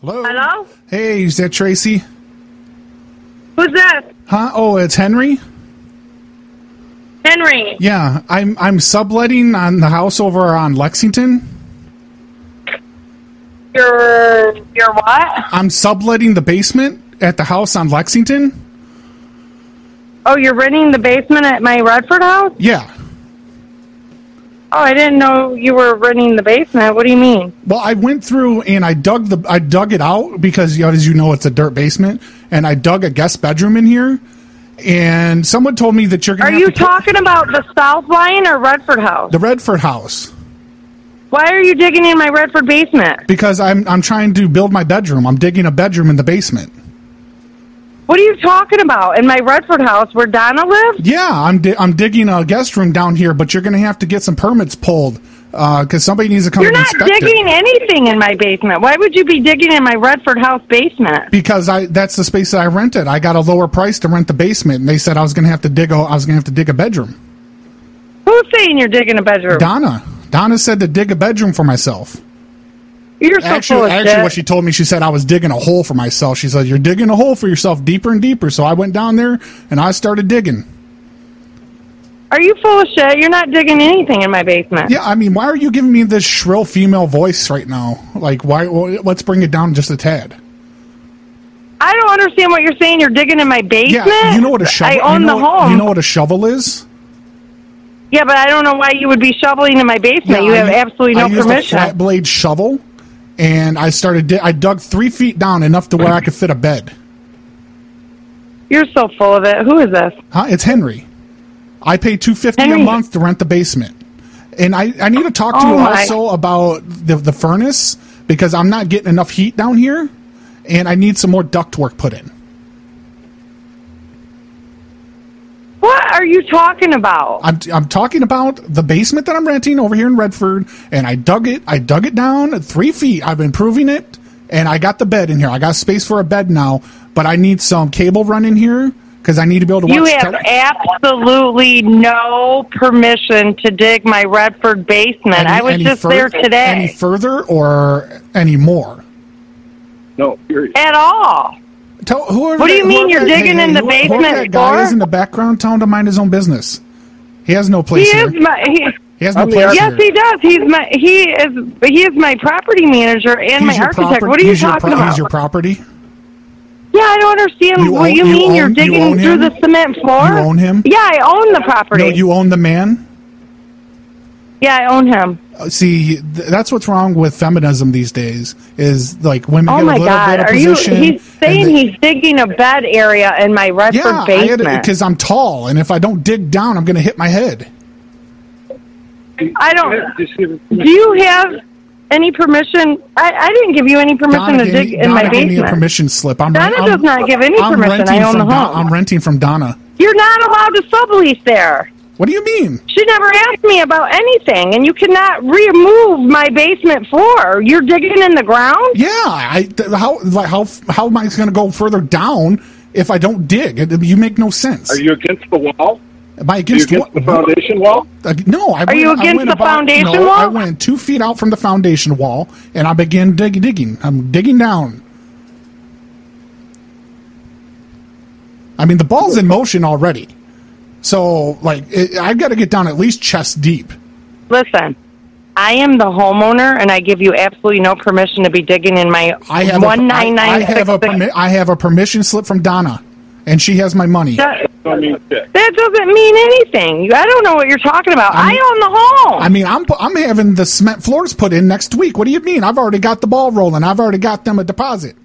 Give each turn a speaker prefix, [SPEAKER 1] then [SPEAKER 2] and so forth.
[SPEAKER 1] Hello.
[SPEAKER 2] Hello?
[SPEAKER 1] Hey, is that Tracy?
[SPEAKER 2] Who's this?
[SPEAKER 1] Huh? Oh, it's Henry.
[SPEAKER 2] Henry.
[SPEAKER 1] Yeah, I'm I'm subletting on the house over on Lexington.
[SPEAKER 2] You're you're what?
[SPEAKER 1] I'm subletting the basement at the house on Lexington.
[SPEAKER 2] Oh, you're renting the basement at my Redford house?
[SPEAKER 1] Yeah.
[SPEAKER 2] Oh, I didn't know you were renting the basement. What do you mean?
[SPEAKER 1] Well, I went through and I dug the I dug it out because you know, as you know it's a dirt basement, and I dug a guest bedroom in here. And someone told me that you're
[SPEAKER 2] Are
[SPEAKER 1] going
[SPEAKER 2] you
[SPEAKER 1] to put
[SPEAKER 2] talking about the South Line or Redford house?
[SPEAKER 1] the Redford house
[SPEAKER 2] Why are you digging in my Redford basement?
[SPEAKER 1] because I'm I'm trying to build my bedroom. I'm digging a bedroom in the basement.
[SPEAKER 2] What are you talking about? In my Redford house where Donna lives?
[SPEAKER 1] Yeah, I'm di- I'm digging a guest room down here, but you're going to have to get some permits pulled because somebody needs to come
[SPEAKER 2] You're
[SPEAKER 1] and
[SPEAKER 2] not
[SPEAKER 1] inspect it.
[SPEAKER 2] digging anything in my basement. Why would you be digging in my Redford house basement?
[SPEAKER 1] because I that's the space that I rented. I got a lower price to rent the basement, and they said I was going to have to dig. A, I was going to have to dig a bedroom.
[SPEAKER 2] Who's saying you're digging a bedroom?
[SPEAKER 1] Donna, Donna said to dig a bedroom for myself.
[SPEAKER 2] you're so full
[SPEAKER 1] Actually,
[SPEAKER 2] of
[SPEAKER 1] actually,
[SPEAKER 2] shit.
[SPEAKER 1] what she told me, she said I was digging a hole for myself. She said you're digging a hole for yourself deeper and deeper. So I went down there and I started digging.
[SPEAKER 2] Are you full of shit? You're not digging anything in my basement.
[SPEAKER 1] Yeah, I mean, why are you giving me this shrill female voice right now? Like, why? wh- Let's bring it down just a tad.
[SPEAKER 2] I don't understand what you're saying. You're digging in my basement.
[SPEAKER 1] Yeah, you know what a shovel.
[SPEAKER 2] I own
[SPEAKER 1] you know
[SPEAKER 2] the
[SPEAKER 1] what-
[SPEAKER 2] home.
[SPEAKER 1] You know what a shovel is?
[SPEAKER 2] yeah, but I don't know why you would be shoveling in my basement. you
[SPEAKER 1] I
[SPEAKER 2] have
[SPEAKER 1] u-
[SPEAKER 2] absolutely no
[SPEAKER 1] I used
[SPEAKER 2] permission.
[SPEAKER 1] A flat blade shovel, and I started. Di- I dug three feet down, enough to where I could fit a bed.
[SPEAKER 2] You're so full of it. Who is this?
[SPEAKER 1] Huh? It's Henry. I pay two fifty a
[SPEAKER 2] Henry.
[SPEAKER 1] month to rent the basement, and I, I need to talk to
[SPEAKER 2] Oh
[SPEAKER 1] you
[SPEAKER 2] my.
[SPEAKER 1] also about the the furnace because I'm not getting enough heat down here, and I need some more duct work put in.
[SPEAKER 2] What are you talking about?
[SPEAKER 1] I'm, I'm talking about the basement that I'm renting over here in Redford, and I dug it. I dug it down three feet. I've been proving it, and I got the bed in here. I got space for a bed now, but I need some cable run in here because I need to be able to watch.
[SPEAKER 2] you have
[SPEAKER 1] tele-
[SPEAKER 2] absolutely no permission to dig my Redford basement.
[SPEAKER 1] any-
[SPEAKER 2] I was
[SPEAKER 1] any
[SPEAKER 2] just
[SPEAKER 1] fur-
[SPEAKER 2] there
[SPEAKER 1] Any
[SPEAKER 2] today.
[SPEAKER 1] further or any more?
[SPEAKER 3] No, period.
[SPEAKER 2] At all.
[SPEAKER 1] Tell whoever.
[SPEAKER 2] What do you
[SPEAKER 1] that-
[SPEAKER 2] mean
[SPEAKER 1] whoever
[SPEAKER 2] you're
[SPEAKER 1] that-
[SPEAKER 2] digging in the
[SPEAKER 1] whoever- whoever That
[SPEAKER 2] basement,
[SPEAKER 1] guy
[SPEAKER 2] Thor?
[SPEAKER 1] is in the background. Tell him to mind his own business. He has no
[SPEAKER 2] He
[SPEAKER 1] place here.
[SPEAKER 2] is my. He,
[SPEAKER 1] he has no
[SPEAKER 3] I'm the
[SPEAKER 1] place
[SPEAKER 2] Yes,
[SPEAKER 1] here.
[SPEAKER 2] he does. He's my he is he is my property manager and
[SPEAKER 1] He's
[SPEAKER 2] my
[SPEAKER 1] your
[SPEAKER 2] architect.
[SPEAKER 1] proper-
[SPEAKER 2] what are you
[SPEAKER 1] he's your
[SPEAKER 2] talking
[SPEAKER 1] pro-
[SPEAKER 2] about?
[SPEAKER 1] He's your property.
[SPEAKER 2] yeah, I don't understand
[SPEAKER 1] You
[SPEAKER 2] what
[SPEAKER 1] own-
[SPEAKER 2] you
[SPEAKER 1] you
[SPEAKER 2] mean. you're
[SPEAKER 1] own- you
[SPEAKER 2] digging
[SPEAKER 1] own
[SPEAKER 2] through
[SPEAKER 1] him?
[SPEAKER 2] the cement floor.
[SPEAKER 1] You own him?
[SPEAKER 2] Yeah, I own the property.
[SPEAKER 1] No, you own the man.
[SPEAKER 2] yeah, I own him.
[SPEAKER 1] see th- that's what's wrong with feminism these days is like women
[SPEAKER 2] Oh
[SPEAKER 1] get a
[SPEAKER 2] my
[SPEAKER 1] little
[SPEAKER 2] God,
[SPEAKER 1] bit of
[SPEAKER 2] are you?
[SPEAKER 1] position
[SPEAKER 2] He's saying
[SPEAKER 1] and they-
[SPEAKER 2] he's digging a bed area in my Redford
[SPEAKER 1] yeah
[SPEAKER 2] basement. I,
[SPEAKER 1] because i'm tall and if i don't dig down i'm gonna hit my head
[SPEAKER 2] don't.
[SPEAKER 3] Just give it-
[SPEAKER 2] Do you have any permission? I, I didn't give you any permission
[SPEAKER 1] donna,
[SPEAKER 2] to
[SPEAKER 1] gave,
[SPEAKER 2] dig
[SPEAKER 1] me,
[SPEAKER 2] in my
[SPEAKER 1] Donna gave me a
[SPEAKER 2] basement.
[SPEAKER 1] permission slip i'm
[SPEAKER 2] Donna
[SPEAKER 1] I'm,
[SPEAKER 2] does not give any
[SPEAKER 1] I'm
[SPEAKER 2] permission.
[SPEAKER 1] renting
[SPEAKER 2] I own
[SPEAKER 1] from
[SPEAKER 2] the
[SPEAKER 1] Don-
[SPEAKER 2] home.
[SPEAKER 1] i'm renting from donna
[SPEAKER 2] You're not allowed to sublease there.
[SPEAKER 1] what do you mean
[SPEAKER 2] She never asked me about anything, and you cannot remove my basement floor. You're digging in the ground?
[SPEAKER 1] yeah i th- how like how how am i gonna go further down if i don't dig It- you make no sense
[SPEAKER 3] Are you against the wall?
[SPEAKER 1] am i
[SPEAKER 3] Are you
[SPEAKER 1] against,
[SPEAKER 3] against the
[SPEAKER 1] what-
[SPEAKER 3] foundation wall?
[SPEAKER 1] Uh, no, I. Are
[SPEAKER 2] you against the foundation
[SPEAKER 1] no,
[SPEAKER 2] wall?
[SPEAKER 1] I went two feet out from the foundation wall, and I began dig- digging. I'm digging down. I mean, the ball's in motion already, so like it, I've got to get down at least chest deep.
[SPEAKER 2] Listen, I am the homeowner, and I give you absolutely no permission to be digging in my
[SPEAKER 1] I have a,
[SPEAKER 2] one
[SPEAKER 1] I,
[SPEAKER 2] nine
[SPEAKER 1] I
[SPEAKER 2] nine
[SPEAKER 1] have a permi-
[SPEAKER 2] six.
[SPEAKER 1] I have a permission slip from Donna, and she has my money.
[SPEAKER 2] That,
[SPEAKER 3] I mean, shit.
[SPEAKER 2] that doesn't mean anything. You- I don't know what you're talking about. i
[SPEAKER 1] I'm-
[SPEAKER 2] own the home.
[SPEAKER 1] I mean, I'm pu- I'm having the cement floors put in next week. What do you mean? I've already got the ball rolling. I've already got them a deposit.